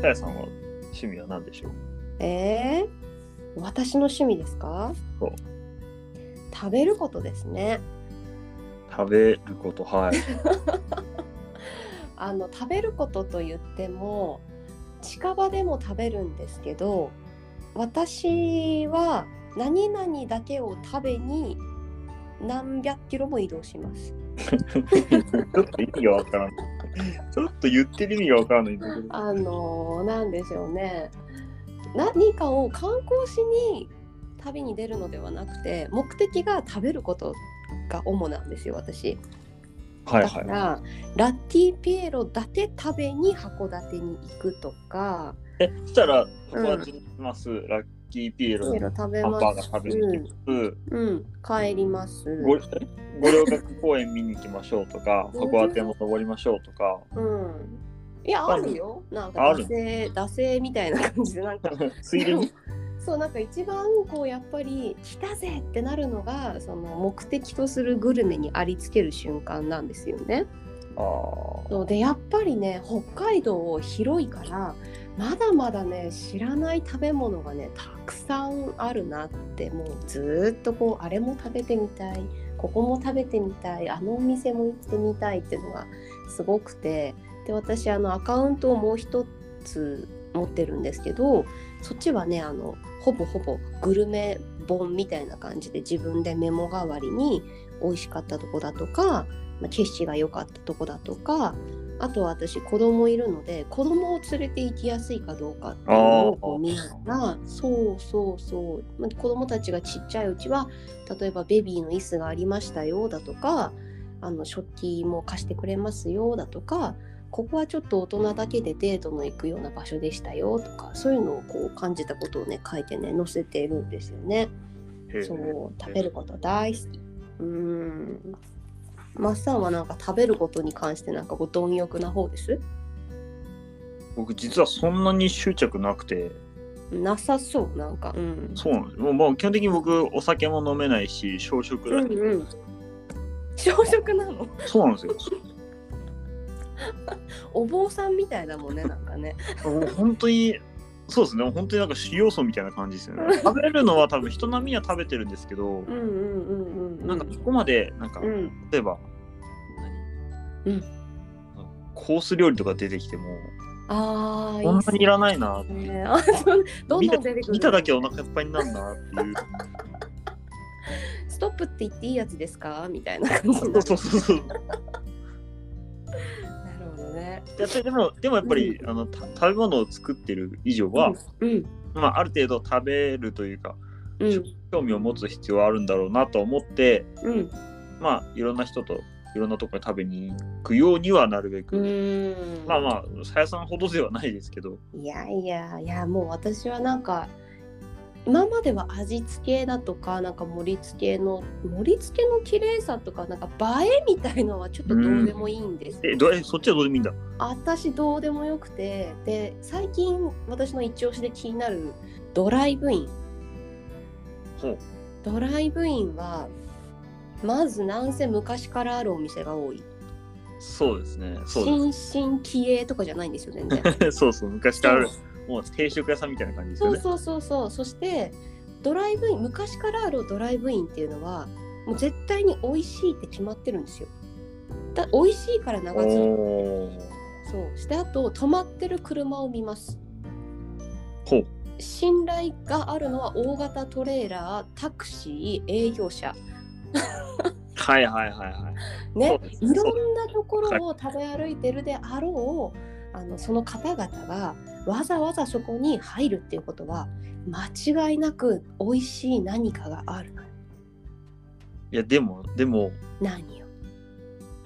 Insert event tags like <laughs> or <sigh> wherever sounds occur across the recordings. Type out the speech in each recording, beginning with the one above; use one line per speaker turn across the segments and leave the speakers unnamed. さやさんは趣味は何でしょう
えー、私の趣味ですか
そう
食べることですね
食べること、はい。
あの食べることと言っても近場でも食べるんですけど私は何々だけを食べに何百キロも移動します
<laughs> ちょっと意味がわからん。ちょっと言ってる意味がわからないんだけど。
あのなんでしょうね何かを観光しに旅に出るのではなくて目的が食べることが主なんですよ私
はい
だか
はい。
らラッティピエロだけ食べに函館に行くとか
え、そしたら、友達に行きます、ラッキーピエロ
ピエロ食べ
ハン
ま
バーガー
す
食べに行きます、
うん帰ります
ご五稜郭公園見に行きましょうとか、
うん
函館も登りましょうと
<laughs>
か、
うんいや
あ
あ
る
るよなん
あ
か
る
惰性惰性みたいな感じでなんか
ついでに。
<laughs> そうなんか一番こうやっぱり来たぜってなるのがその目的とするグルメにありつける瞬間なんですよね。
ああ。
そうでやっぱりね北海道広いからまだまだね知らない食べ物がねたくさんあるなってもうずーっとこうあれも食べてみたいここも食べてみたいあのお店も行ってみたいっていうのがすごくてで私あのアカウントをもう一つ持ってるんですけどそっちはねあのほぼほぼグルメ本みたいな感じで自分でメモ代わりに美味しかったとこだとかまあ景色が良かったとこだとかあとは私子供いるので子供を連れて行きやすいかどうかっていうのをこ
あー
う見ながらそうそうそう、まあ、子供たちがちっちゃいうちは例えばベビーの椅子がありましたよだとかあの食器も貸してくれますよだとかここはちょっと大人だけでデートの行くような場所でしたよとかそういうのをこう感じたことをね書いてね載せてるんですよね。
へえ
そう食べること大好き。うーん。マッサンはなんか食べることに関してなんかご貪欲な方です
僕実はそんなに執着なくて
なさそうなんか。うん。
そうなんですもうもう基本的に僕お酒も飲めないし小食
う
だ
ん
し、
うん。朝食なの
そうなんですよ
お坊さんみたいだもんねなんかね。
もう本当にそうですね本当になんか修行僧みたいな感じですよね食べるのは多分人並みには食べてるんですけど
うんうんうんうん。
<laughs> なんかそこまでなんか、
うん。
例えば何、
うん
コース料理とか出てきても
ああ。
こんなにいら
い
ないな
ですね。あそうどん
見
ど
た
ん出てくる。
見ただけお腹いっぱいになるなっていう
ストップって言っていいやつですかみたいな <laughs> 感じに
そ
な
う
る。
そうそうそう
なるほどね。
やっぱりでもでもやっぱり、あのた食べ物を作ってる以上は、
うん
まあ、ある程度食べるというか
うん
興味を持つ必要はあるんだろうなと思って
うん。
まあいろんな人といろんなところに食べに行くようにはなるべく、
うーん。
まあまあさやさんほどではないですけど
いやいやいやもう私はなんか今までは味付けだとかなんか盛り付けの盛り付けの綺麗さとかなんか映えみたいのはちょっとどうでもいいんです、
えどえそっちはどうでもいいんだ
私どうでもよくてで最近私の一押しで気になるドライブイン
ほう
ドライブインはまずなんせ昔からあるお店が多い
そうですねそう
新進気鋭とかじゃないんですよ全
<laughs>
然
ですそうそう昔からあるもう定食屋さんみたいな感じですよ
そう
ね
そうそうそうそしてドライブイン昔からあるドライブインっていうのはもう絶対に美味しいって決まってるんですよだ美味しいから長続
おー
きそうしてあと止まってる車を見ます
ほう
信頼があるのは大型トレーラータクシー営業者
はいはいはいはいそ
ね
うです
い
ね
ろんなところを食べ歩いてるであろうあのその方々がわざわざそこに入るっていうことは間違いなく美味しい何かがある
いやでもでも
何よ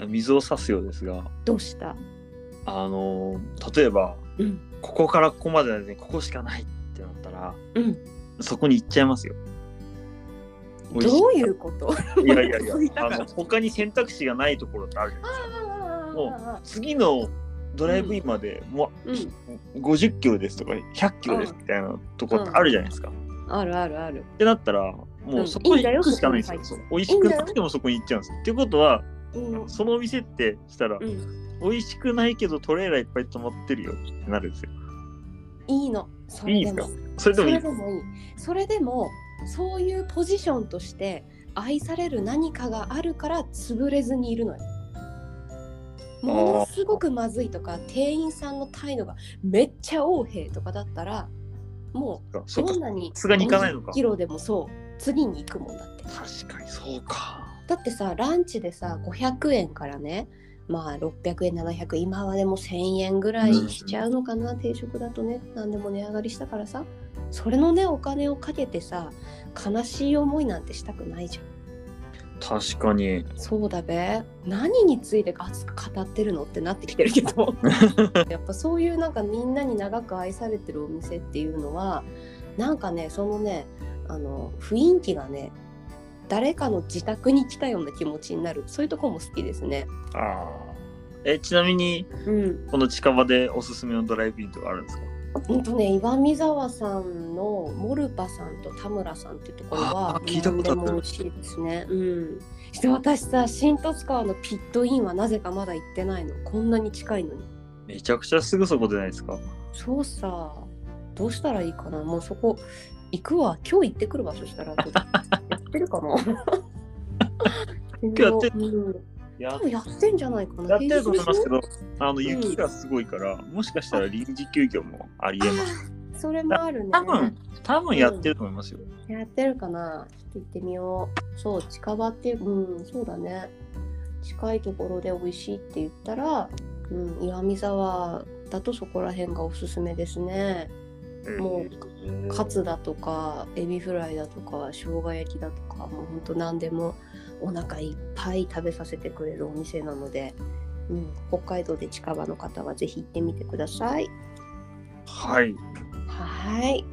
水を差すようですが
どうした
あのー例えば
うん
ここからここまでで、ね、ここしかないってなったら
うん
そこに行っちゃいますよ。美味し
どういうこと
いやいやいや
思いついた
あ
から
の他に選択肢がないところってあるじゃないですか。
あ
次のドライブインまで、も
ーうん
う50キロですとか100キロですみたいなところってあるじゃないですか。
あるあるある
ってなったらもうそこに行くしかないんですよ。
うんいいんだよ
そう美味しくなくてもそこに行っちゃうんですよ。っていうことは
うん
そのお店ってしたら、
うん
美味しくないけどトレーラーいっぱい止まってるよってなるんですよ。
いいのそ
い
れ
いで
ですも
かそれで
そ
もいい
れでもいいそれでもそういうポジションとして愛される何かがあるから潰れずにいるのよものすごくまずいとか店員さんの態度がめっちゃ横兵とかだったらも
か
う
そうか
どんなに
さすがに行かないのか
50キロでもそう次に行くもんだって
確かにそうか
だってさランチでさ500円からねまあ600円700円今はでも1000円ぐらいしちゃうのかな、定食だとね何でも値上がりしたからさそれのねお金をかけてさ悲しい思いなんてしたくないじゃ
確かに
んそうだべ何について熱く語ってるのってなってきてるけ
<laughs>
どやっぱそういうなんかみんなに長く愛されてるお店っていうのはなんかねそのねあの雰囲気がね誰かの自宅に来たような気持ちになるそういうとこも好きですね。
ああえちなみに
うん、
この近場でおすすめのドライブインとかあるんですか
ほんとね岩見沢さんのモルパさんと田村さんっていうところ
あ
は
聞いたことある
何でも美味しいですね。うん、して私さ新十津川のピットインはなぜかまだ行ってないのこんなに近いのに。
めちゃくちゃすぐそこじゃないですか
そうさどうしたらいいかなもうそこ行くわ今日行ってくるわそし
<laughs>
たらやってるかな今
日やって
うん、
いや
多分やってんじゃないかな
やってると思いますけ
平
どあの
ん
雪がすごいから、もしかしたら臨時休業もありえ
日
ま
ですしょそれもあるね
多分多分やってると思いますよ、
やってるかなちょっと行ってみよう。そう、近場って、うん、そうだね。近いところで美味しいって言ったら、うん、岩見沢だとそこら辺がおすすめですね。も
うん
カツだとか、エビフライだとか、生姜焼きだとか、もうほんと何でもお腹いっぱい食べさせてくれるお店なので、うん、北海道で近場の方はぜひ行ってみてください。
はい
はい。